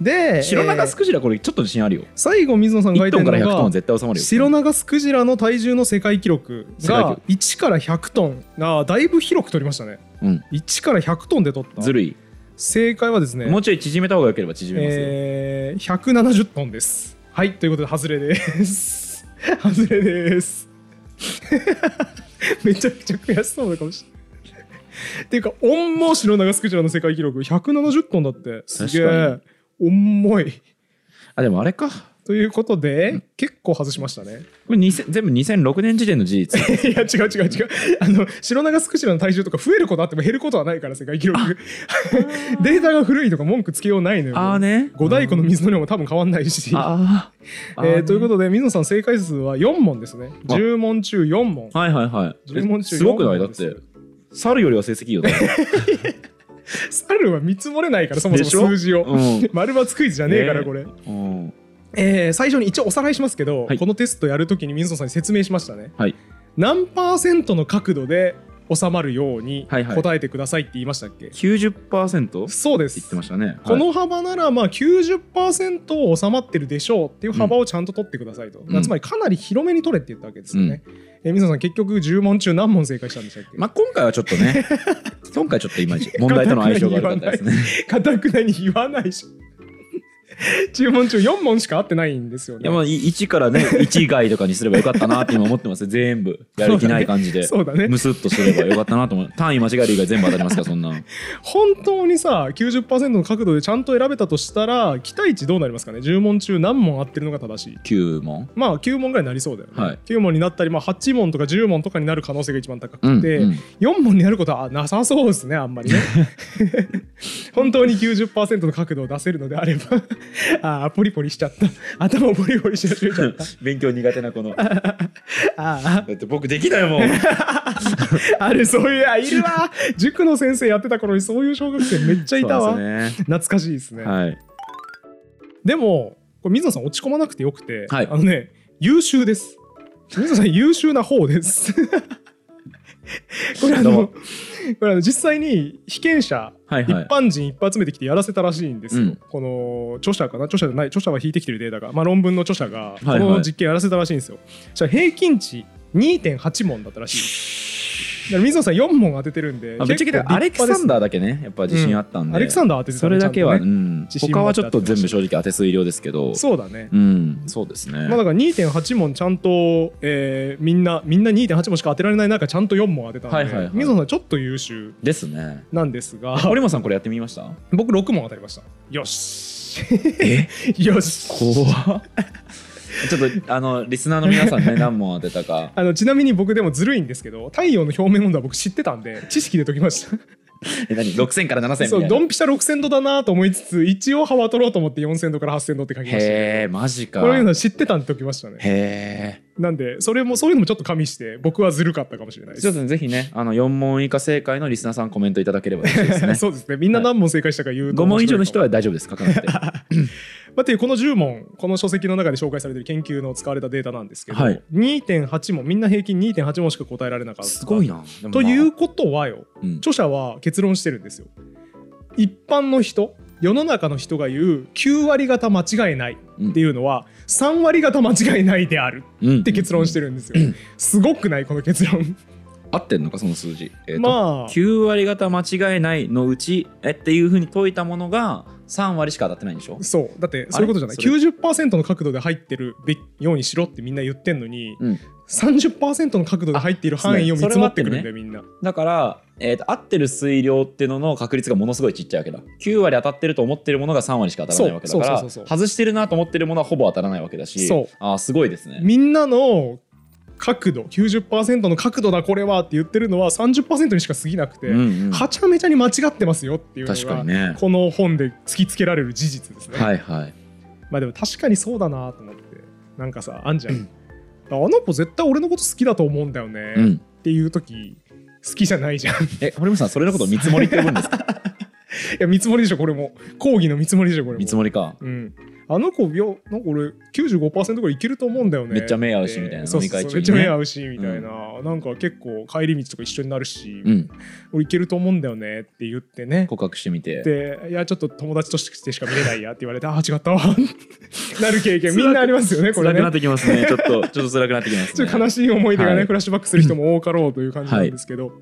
で
白長
え
ス
ー
クジラこれちょっと自信あるよ
最後水野さんが書
1
いて
ト
る
ンから
の
100トンは
が
絶対収まるよ
白長スクジラの体重の世界記録
世界記
が
録
1から100トンあーだいぶ広く取りましたね
うん
1から100トンで取った
ずるい
正解はですね
もうちょい縮めた方が良ければ縮めますよ、
えー、170トンです。はい、ということで、外れです。 外れです。 めちゃくちゃ悔しそうな顔して。っていうか、御毛師の長スクジラの世界記録、170トンだって。すげえ
確。
重い。
あでもあれか
ということで、結構外しましたね。
これ2000全部2006年時点の事 実
いや、違う違う違う。あの、白長スクジラの体重とか増えることあっても減ることはないから、世界記録。 データが古いとか文句つけようないのよ。
ああね
五大湖の水の量も多分変わんないし。
あーあ
えーということとで水野さん正解数は4問ですね
あ
10問中4問
はいはいはい
10問
え
中
すごくない
4
だ
問
っ
です
て猿よりは成績いいよだって
猿は見積もれないからそもそ
でしょ
も数字を、
うん
丸抜クイズじゃねえから
ねえ
これ、え
うん
ー最初に一応おさらいしますけど、
はい
このテストやるときに水野さんに説明しましたね、
はい
何パーセントの角度で収まるように
はいはい
答えてくださいって言いましたっけ、
90%って
そうです
言ってましたね
こ
はい
の幅ならまあ90%を収まってるでしょうっていう幅をちゃんと取ってくださいと、
うん
つまりかなり広めに取れって言ったわけですよね、えー水野さん結局10問中何問正解したんでしたっけ
まあ今回はちょっと ね今回ちょっといまいち問題との相性が悪かったで すね
かたくなに言わないし10問中4問しか合ってないんですよ
い
ね
やまあい1からね1以外とかにすればよかったなって今思ってますよ全部やる気ない感じで
そうだね
ムスっとすればよかったなと思う単位間違える以外全部当たりますからそんなん
本当にさ90%の角度でちゃんと選べたとしたら期待値どうなりますかね10問中何問合ってるのが正しい
9問
まあ9問ぐらいになりそうだよね、
はい
9問になったり、まあ、8問とか10問とかになる可能性が一番高
うん
くて、
うん
4問になることはなさそうですねあん まりね本当に90%の角度を出せるのであれば あーポリポリしちゃった頭をポリポリし始めちゃった
勉強苦手なこのだ
あー
って僕できない もん
あるそういうあいるわ塾の先生やってた頃にそういう小学生めっちゃいたわ、
そうですね
懐かしいですね、
はい
でもこれ水野さん落ち込まなくてよくて、
はい
あのね優秀です水野さん優秀な方ですこれあ
どう
の
も
これあの実際に被験者
はい
一
はい
般人いっぱい集めてきてやらせたらしいんですよ、
うん
この著者かな著者じゃない著者は引いてきてるデータが、まあ、論文の著者がこ
はいはい
の実験やらせたらしいんですよ、じゃ平均値2.8問だったらしいだから水野さん4問当ててるんで
あぶっちゃけ
結構
アレ
立
ク
派で
サ
す
ンダーだけねやっぱ自信あったんで
アレクサンダー当ててた
そ
ね
れだけは
ち
う
ゃんとね
ん
自信
他
持って
はち
や
ょ
っ
ってと
ました
全部正直当て推量ですけど
そうだね、
うんそうですね
まあ、だから2.8問ちゃんと、えーみんなみんな2.8問しか当てられない中ちゃんと4問当てたんで、
はいはいはい
水野さんちょっと優秀
ですね
なんですが
堀本さんこれやってみました
僕6問当たりましたよし
え
よし
怖っちょっとあのリスナーの皆さ んね何問当てたか
あのちなみに僕でもずるいんですけど太陽の表面温度は僕知ってたんで知識で解きまし
え何6000から7000みた
た
いな
そうドンピシャ6000度だなと思いつつ一応幅取ろうと思って4000度から8000度って書きまし
へえマジ
た
か
こういうの知ってたんで解きましたね
へ
なんでそれもそういうのもちょっと加味して僕はずるかったかもしれない
え
で
ちょっ
す
とぜひねあの4問以下正解のリスナーさんコメントいただければ嬉しいです ね
そうですねみんな何問正解したか言うと
5問以上の人
は、
は大丈夫です書かなくては
まあ、っていうこの10問この書籍の中で紹介されてる研究の使われたデータなんです けど、
はい
2.8問みんな平均2.8問しか答えられなかった
すごいなでもま
と
あ
いうことはよ
うん
著者は結論してるんですよ一般の人世の中の人が言う9割方間違いないっていうのは3割方間違いないである
うん
って結論してるんですよすごくないこの結論
合ってんのかその数字えーと
まあ
9割方間違いないのうちえっていうふうに解いたものが3割しか当たってないんでしょ
そうだってそういうことじゃない
あれ
90%の角度で入ってるべきようにしろってみんな言ってんのに
うん
30%の角度で入っている範囲を見積もってくるんだよみんな
だから、えーと合ってる推量っていうのの確率がものすごいちっちゃいわけだ9割当たってると思ってるものが3割しか当たらないわけだか
そうそう
ら
そうそう
外してるなと思ってるものはほぼ当たらないわけだし
そう
あーすごいですね
みんなの角度90%の角度だこれはって言ってるのは30%にしか過ぎなくて、
うんうん
はちゃめちゃに間違ってますよっていうの
確か
が、
にね
この本で突きつけられる事実ですね、
はいはい
まあでも確かにそうだなと思ってなんかさあんじゃん、あの子絶対俺のこと好きだと思うんだよね、っ
うん
ていう時好きじゃないじゃんい
え堀本さんそれのことを見積もりって呼ぶん ですか
や見積もりでしょこれも講義の見積もりでしょこれも
見積もりか
うんあの子いやなんか俺95%ぐらいいけると思うんだよね
めっちゃ目合うしみたいな
そうそうそう
飲み会中にね
めっちゃ目合うしみたいな、なんか結構帰り道とか一緒になるし、
うん
俺いけると思うんだよねって言ってね
告白してみて
でいやちょっと友達としてしか見れないやって言われてああ違ったわ なる経験みんなありますよねこれ
辛くな
ね
ってきますねちょっとちょっと辛くなってきます
ちょ
ね
っと悲しい思い出がね、
はい
フラッシュバックする人も多かろうという感じなんですけど、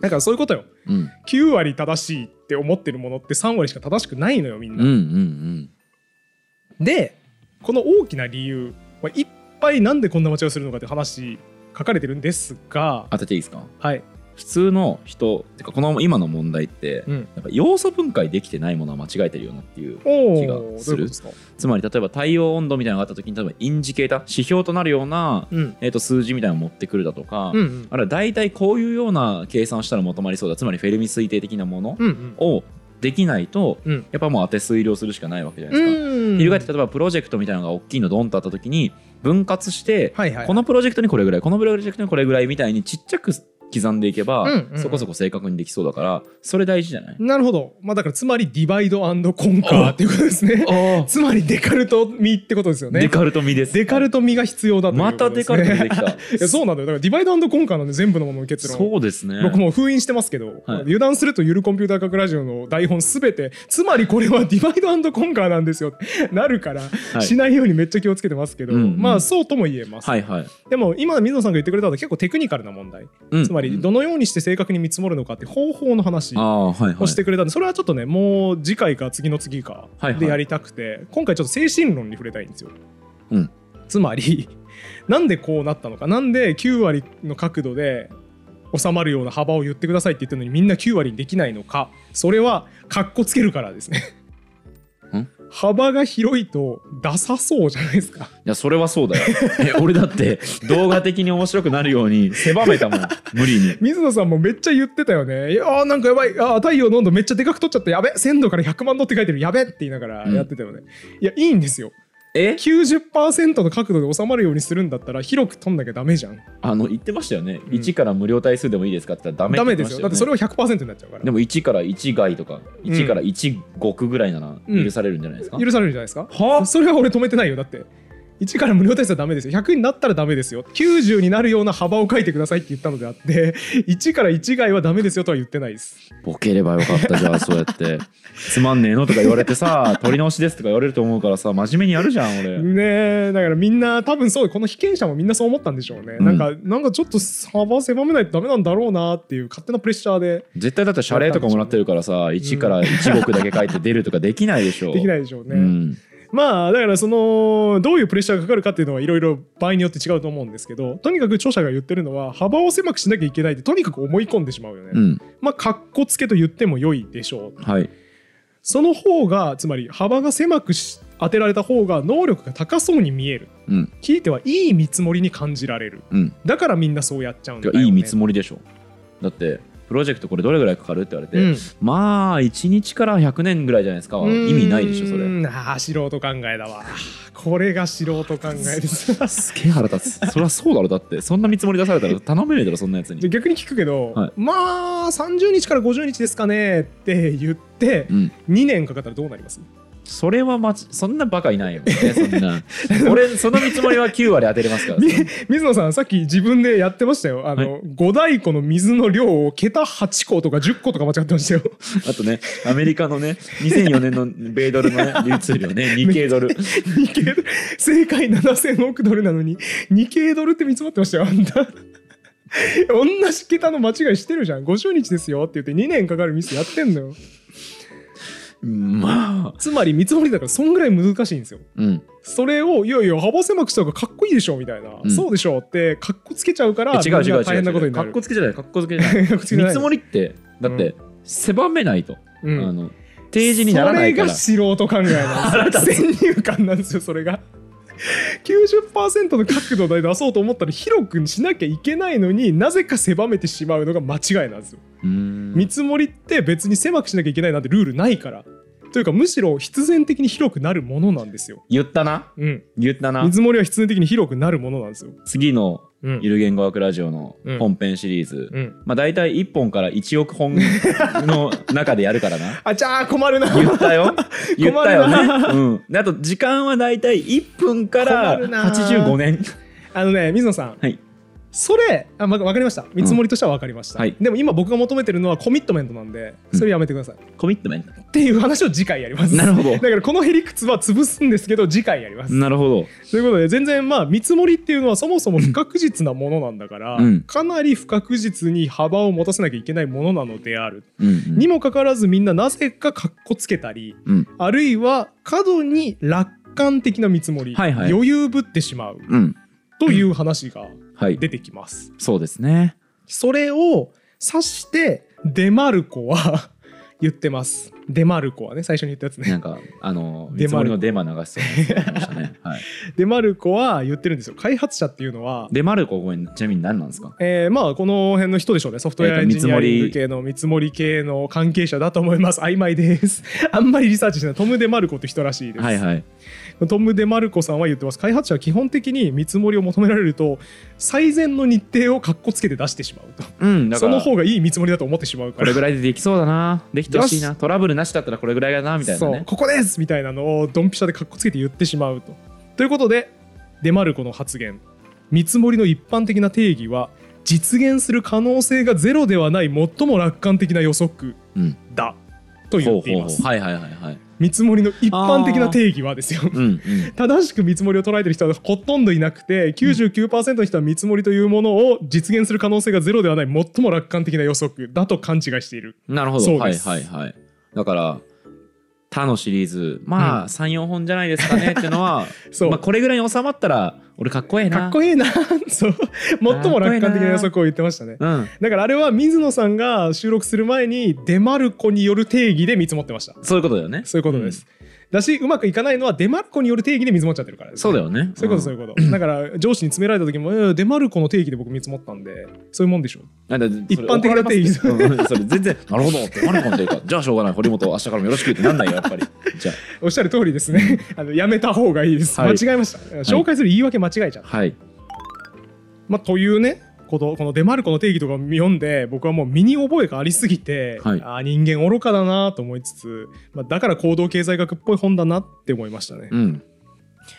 だからそういうことよ
うん
9割正しいっって思ってるものって3割しか正しくないのよみん
うんう
な。
んうん
でこの大きな理由、まあ、いっぱいなんでこんな間違いをするのかって話書かれてるんですが、
当てていいですか
はい、
普通の人てかこの今の問題って、
うん
やっぱ要素分解できてないものは間違えてるよなっていう
おお
気が
どういうこ
す
と
る
ですか、
つまり例えば対応温度みたいなのがあった時に例えばインジケーター指標となるような、
うん
えー、と数字みたいなのを持ってくるだとか、
うんうん
あるいは大体こういうような計算をしたら求まりそうだつまりフェルミ推定的なもの
うんうん
をできないと、
うん
やっぱもう当て推量するしかないわけじゃないですか。
うん
翻って例えばプロジェクトみたいなのが大きいのドンとあった時に分割して、
はいはい
このプロジェクトにこれぐらいこのプロジェクトにこれぐらいみたいにちっちゃく刻んでいけば、
うんうんうん
そこそこ正確にできそうだからそれ大事じゃない、
なるほど、まあ、だからつまりディバイドコンカーっていうことですねつまりデカルト味ってことですよね
デカルト味です
デカルト味が必要だというこ
ま
と
た
で
デ
す
カ
ね
ルト味で き
いや
た
そうなんだよだからディバイドコンカーなんで全部のものの結論
そうですね
僕もう封印してますけど、
はい
油断するとゆるコンピューター学ラジオの台本すべてつまりこれはディバイドコンカーなんですよ ってなるから、
い
しないようにめっちゃ気をつけてますけど、
うんうん
まあそうとも言えます、
はいはい、
でも今水野さんが言ってくれたのは結構テクニカルな問題、
うん
つまりどのようにして正確に見積もるのかって方法の話
ああはいは
を
い
してくれたんでそれはちょっとねもう次回か次の次か
はいはい
でやりたくて、今回ちょっと精神論に触れたいんですよ、
うん
つまり なんでこうなったのかなんで9割の角度で収まるような幅を言ってくださいって言ってるのにみんな9割にできないのかそれはカッコつけるからですね
ん
幅が広いとダサそうじゃないですか
いやそれはそうだよえ俺だって動画的に面白くなるように狭めた もん無理に
水野さんもめっちゃ言ってたよね。いやーなんかやばい。あー太陽の温度めっちゃでかく取っちゃった。やべ。鮮度から100万度って書いてる。やべって言いながらやってたよね。いや、いいんですよ。
え
90%の角度で収まるようにするんだったら広く飛んなきゃダメじゃん。
あの言ってましたよね、
ん
1から無料対数でもいいですかって言ったら
ダ
ダメ
メ
って
で
言って
す
ま
よ。
した
だっ
よ、ね、
てそれは100%になっちゃうから。
でも1から1外とか
うん
1から1極ぐらいなら
うん
許されるんじゃないですか、
許されるじゃないですか。
は
それは俺止めてないよ。だって。1から無料対数はダメですよ。100になったらダメですよ。90になるような幅を書いてくださいって言ったのであって、1から1外はダメですよとは言ってないです。
ボケればよかったじゃあそうや ってつまんねえのとか言われてさ取り直しですとか言われると思うからさ真面目にやるじゃん俺、
ねえだからみんな多分そうこの被験者もみんなそう思ったんでしょうね、
うん
なんかなんかちょっと幅狭めないとダメなんだろうなっていう勝手なプレッシャーで
絶対だって謝礼とかもらってるからさ1から1極だけ書いて出るとかできないでしょ
できないいでしょうね、
うん、
まあだからそのどういうプレッシャーがかかるかっていうのはいろいろ場合によって違うと思うんですけどとにかく著者が言ってるのは幅を狭くしなきゃいけないってとにかく思い込んでしまうよね、
うん、
まあかっこつけと言っても良いでしょう
はい
その方がつまり幅が狭くし当てられた方が能力が高そうに見える
うん
聞いてはいい見積もりに感じられる
うん
だからみんなそうやっちゃうんだ
て
よ、
か
ね、
いい見積もりでしょだってプロジェクトこれどれぐらいかかるって言われて、
うん
まあ1日から100年ぐらいじゃないですか意味ないでしょそうれ
ーんああ素人考えだわこれが素人考えです
すげえ腹立つそりゃそうだろだってそんな見積もり出されたら頼めねえだろそんなや
じゃ
つ
あ
に
逆に聞くけど、
はい
まあ30日から50日ですかねって言って
うん
2年かかったらどうなります
それはまちそんなバカいないよ、ね、そん な俺その見積もりは9割当てれますから
み水野さんさっき自分でやってましたよあの、五大湖の水の量を桁8個とか10個とか間違ってましたよ
あとねアメリカのね2004年の米ドルの、ね、流通量ね 2K ドル
2K ドル正解7000億ドルなのに 2K ドルって見積もってましたよあんた同じ桁の間違いしてるじゃん50日ですよって言って2年かかるミスやってんのよ
まあ
つまり見積もりだからそんぐらい難しいんですよ。
うん
それをいやいや幅狭くした方がかっこいいでしょみたいな、
うん
そうでしょってかっこつけちゃうから
え違う
みん
違
な大
う違う
変なこと
違う
にな
か
る
っこつけじゃないかっこつけじゃない
かっこつけじゃ
見
ない
積もりってだって狭めないと、
うん
あの提示にならないから
それが素人考えなんですよ先入観なんですよそれが90%の角度で出そうと思ったら広くしなきゃいけないのになぜか狭めてしまうのが間違いなんですよ
うーん
見積もりって別に狭くしなきゃいけないなんてルールないからというかむしろ必然的に広くなるものなんですよ、
言ったな
うん、
言ったな
見積もりは必然的に広くなるものなんですよ、
次の
うん
ゆる言語学ラジオの
うん
本編シリーズ、
うん、
まあ大体1本から1億本の中でやるから な
あちゃー困るな
言ったよ言ったよ
困る
ね、うん、であと時間は大体1分か
困
ら
るな
85年
あのね水野さん、
はい
それあ、ま、分かりました見積もりとしては分かりました、
はい
でも今僕が求めてるのはコミットメントなんでそれやめてください、っ
コミットメント
ていう話を次回やります
なるほど
だからこのへりくつは潰すんですけど次回やります
なるほど
ということで全然まあ見積もりっていうのはそもそも不確実なものなんだから、
うん
かなり不確実に幅を持たせなきゃいけないものなのである、
うんうん
にもかかわらずみんななぜかかっこつけたり
うん
あるいは過度に楽観的な見積もり、
はいはい
余裕ぶってしまう
うん
という話が
はい
出てきます。
そうですね
それを指してデマルコは 言ってます。デマルコはね最初に言ったやつね
な。んかあの見
デ
積
マ
も
ル
りのデマ流しそうなやつになりました ねはい
デマルコは言ってるんですよ。開発者っていうのは
デマルコごめんちなみに何なんですか
えーまあこの辺の人でしょうねソフトウェアエンジニアリング系の見積もり系の関係者だと思います曖昧です あんまりリサーチしてないトム・デマルコって人らしいです、
はいはい
トム・デマルコさんは言ってます開発者は基本的に見積もりを求められると最善の日程をかっこつけて出してしまうと
うんだか
その
ら
方がいい見積もりだと思ってしまうか
こ
ら
れぐらいでできそうだなできてほしい
よ
なトラブルなしだったらこれぐらいだなみたいな
そう
ね
ここですみたいなのをドンピシャでかっこつけて言ってしまうと。ということでデマルコの発言見積もりの一般的な定義は実現する可能性がゼロではない最も楽観的な予測
うん
だ、と言っています。
はいはいはいはい
見積もりの一般的な定義はですよ。
うんうん
正しく見積もりを捉えてる人はほとんどいなくて99%の人は見積もりというものを実現する可能性がゼロではない最も楽観的な予測だと勘違いしている。
なるほ
そ
ど
う
は
で
い
す
はいはいだから他のシリーズまあ、34本じゃないですかねってのは
そう、
まあ、これぐらいに収まったら俺かっこええな
かっこいいな そう最も楽観的な予測を言ってましたね
うん
だからあれは水野さんが収録する前にデマルコによる定義で見積もってました
そういうことだよね
そういうことです、だしうまくいかないのはデマルコによる定義で見積もっちゃってるからです
そうだよね
そういうことそう
い
いうこと、だから上司に詰められた時も、えーデマルコの定義で僕見積もったんでそういうもんでしょ
うんなんだ
一般的な定義
それ怒られますねうんそれ全然 なるほどってマルコンというかじゃあしょうがない堀本明日からもよろしくってなんないよやっぱりじゃ
おっしゃる通りですね あのやめた方がいいです、
はい
間違えました紹介する言い訳間違えちゃった、
あはい
まあ、というねことこのデマルコの定義とかを読んで僕はもう身に覚えがありすぎて、
はい
あー人間愚かだなと思いつつ、まあ、だから行動経済学っぽい本だなって思いましたね、
うん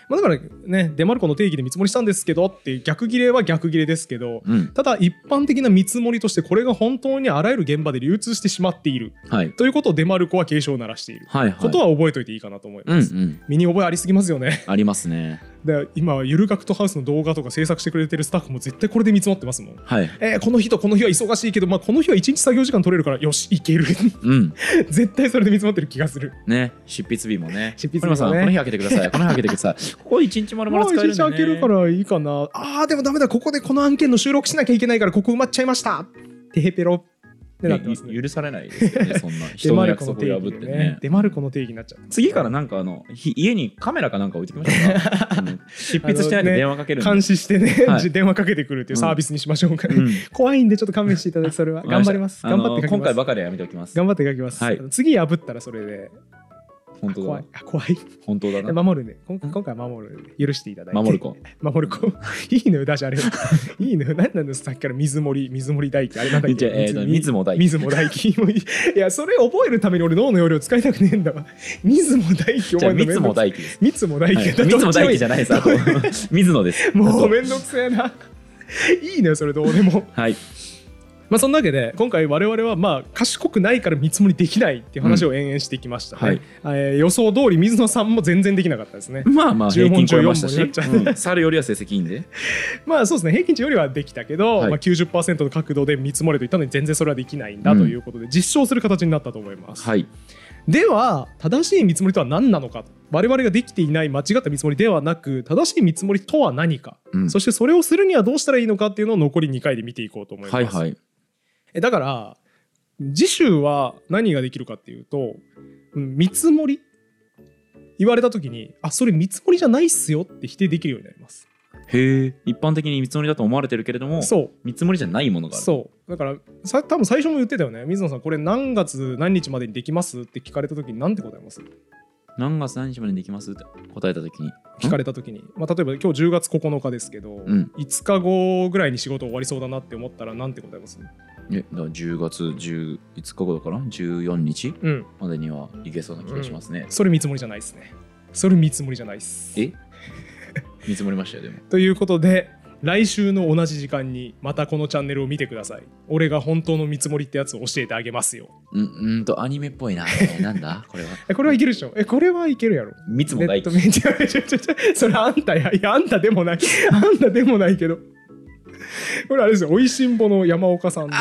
まあ、だからねデマルコの定義で見積もりしたんですけどって逆切れは逆切れですけど
うん
ただ一般的な見積もりとしてこれが本当にあらゆる現場で流通してしまっている
はい
ということをデマルコは警鐘を鳴らしている
はいはい
ことは覚えといていいかなと思い
うん
ま
う
す、
ん
身に覚えありすぎますよね
ありますね
で今ゆる学徒ハウスの動画とか制作してくれてるスタッフも絶対これで見積もってますもん
はい
えーこの日とこの日は忙しいけど、まあ、この日は1日作業時間取れるからよしいける
うん
絶対それで見積もってる気がする
ね執筆日もね
執筆日もね
堀本さんこの日開けてくださいこの日開けてくださいここ一日まるま
も
る
う
使え
1
るん
日
だよ
開
ね
けるからいいかなあーでもダメだここでこの案件の収録しなきゃいけないからここ埋まっちゃいましたてへぺろってなってます
ね
ね
ゆ許されないですよね そんな
デ
人
マ
の
ルコ
約
の
束を
定義
破っ
で
て
ね
ね
デマルコの定義になっちゃう
次からなんかあのひ家にカメラかなんか置いてきましたかあの執筆してないと電話かけるんで
監視してね、
はい
電話かけてくるっていうサービスにしましょうか、
うん
怖いんでちょっと勘弁していただいてそれは頑張ります
わか
頑
りし
張って
た
書
あ
き
の今
ま
回
す
ばかりはやめておきます
頑張って書きます、
はい
あの次破ったらそれで
本当
怖
だ
いあ怖い
本当だな
守るね今今回は守るね許していただいて
守る 子
守る子いいのよだし あれいいのよ何なんですさっきから水森水森大輝あれなんだっ
じ
け
ゃあえーと
み
水も大輝
水も大輝もいいいやそれ覚えるために俺脳の容量使いたくねえんだわ水も大輝
じゃあ
覚えるの
三つも大輝です
水も大輝
はい三つも大輝じゃないです
ど
あ
っちもいい
の 水野で す
もうめんどくせえないいのよそれどうでも
はい
まあそんなわけで今回我々はまあ賢くないから見積もりできないっていう話を延々してきましたね、えー予想通り水野さんも全然できなかったですね
まあまあ
10
平
問
均
中4
超え
問
ま
に
したし
なっちゃう
うん猿よりは成績いいんで
まあそうですね平均値よりはできたけど、
はい
まあ、90%の角度で見積もれと言ったのに全然それはできないんだ
うん
ということで、実証する形になったと思います、
はい
では正しい見積もりとは何なのか我々ができていない間違った見積もりではなく正しい見積もりとは何か、
うん
そしてそれをするにはどうしたらいいのかっていうのを残り2回で見ていこうと思います、
はいはい
えだから次週は何ができるかっていうとうん見積もり言われた時にあそれ見積もりじゃないっすよって否定できるようになります
へえ一般的に見積もりだと思われてるけれども
そう
見積もりじゃないものがある
そうだからさ多分最初も言ってたよね水野さんこれ何月何日までにできますって聞かれた時に何て答えます
何月何日までにできますって答えたときに
聞かれた時に、まあ、例えば今日10月9日ですけど、
ん
5日後ぐらいに仕事終わりそうだなって思ったら何て答えます
えだから10月10 5日後だから14日
うん
までにはいけそうな気がしますね、
それ見積もりじゃないですねそれ見積もりじゃないっす
え見積もりましたよでも
ということで来週の同じ時間にまたこのチャンネルを見てください俺が本当の見積もりってやつを教えてあげますよ
うんうんとアニメっぽいな。えーなんだこ れは。
えこれはいけるでしょえこれはいけるやろ
密も
ネ
ない
ットメディアちょちょちょ それあんたやいやあんたでもない あんたでもないけどこれあれですよおいしんぼの山岡さんで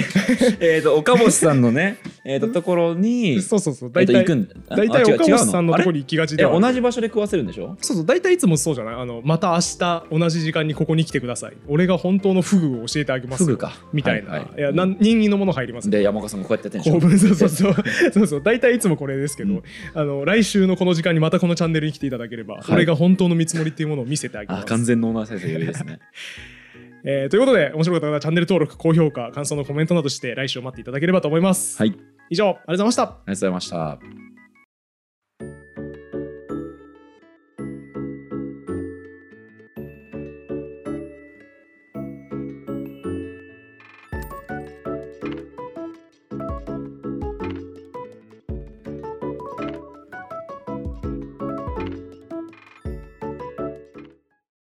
すよ
えっと岡本さん のねえっとところに
そうそうそう
え
大
ーと
体、
行くんだあ
大
あ違
体
う
岡
違う
本さんの
あ
と
れ
こに行きがち
え
では
同じ場所で食わせるんでしょ
そうそう大体いつもそうじゃないあのまた明日同じ時間にここに来てください俺が本当のフグを教えてあげますよ
フグか
みたいな、
は
い
いはい
やなん任意のもの入りますよ
で山岡さんがこうやってやって
構
るんでし
文そうそうそう そうそう大体いつもこれですけど、
うん
あの来週のこの時間にまたこのチャンネルに来ていただければ、
い
俺が本当の見積もりっていうものを見せてあげ
ょあ
ま
完
す、
全ノーマル再生よりですね
えーということで面白かった方はチャンネル登録高評価感想のコメントなどして来週を待っていただければと思います、
はいありがとう
以上ありがとうございました
ございました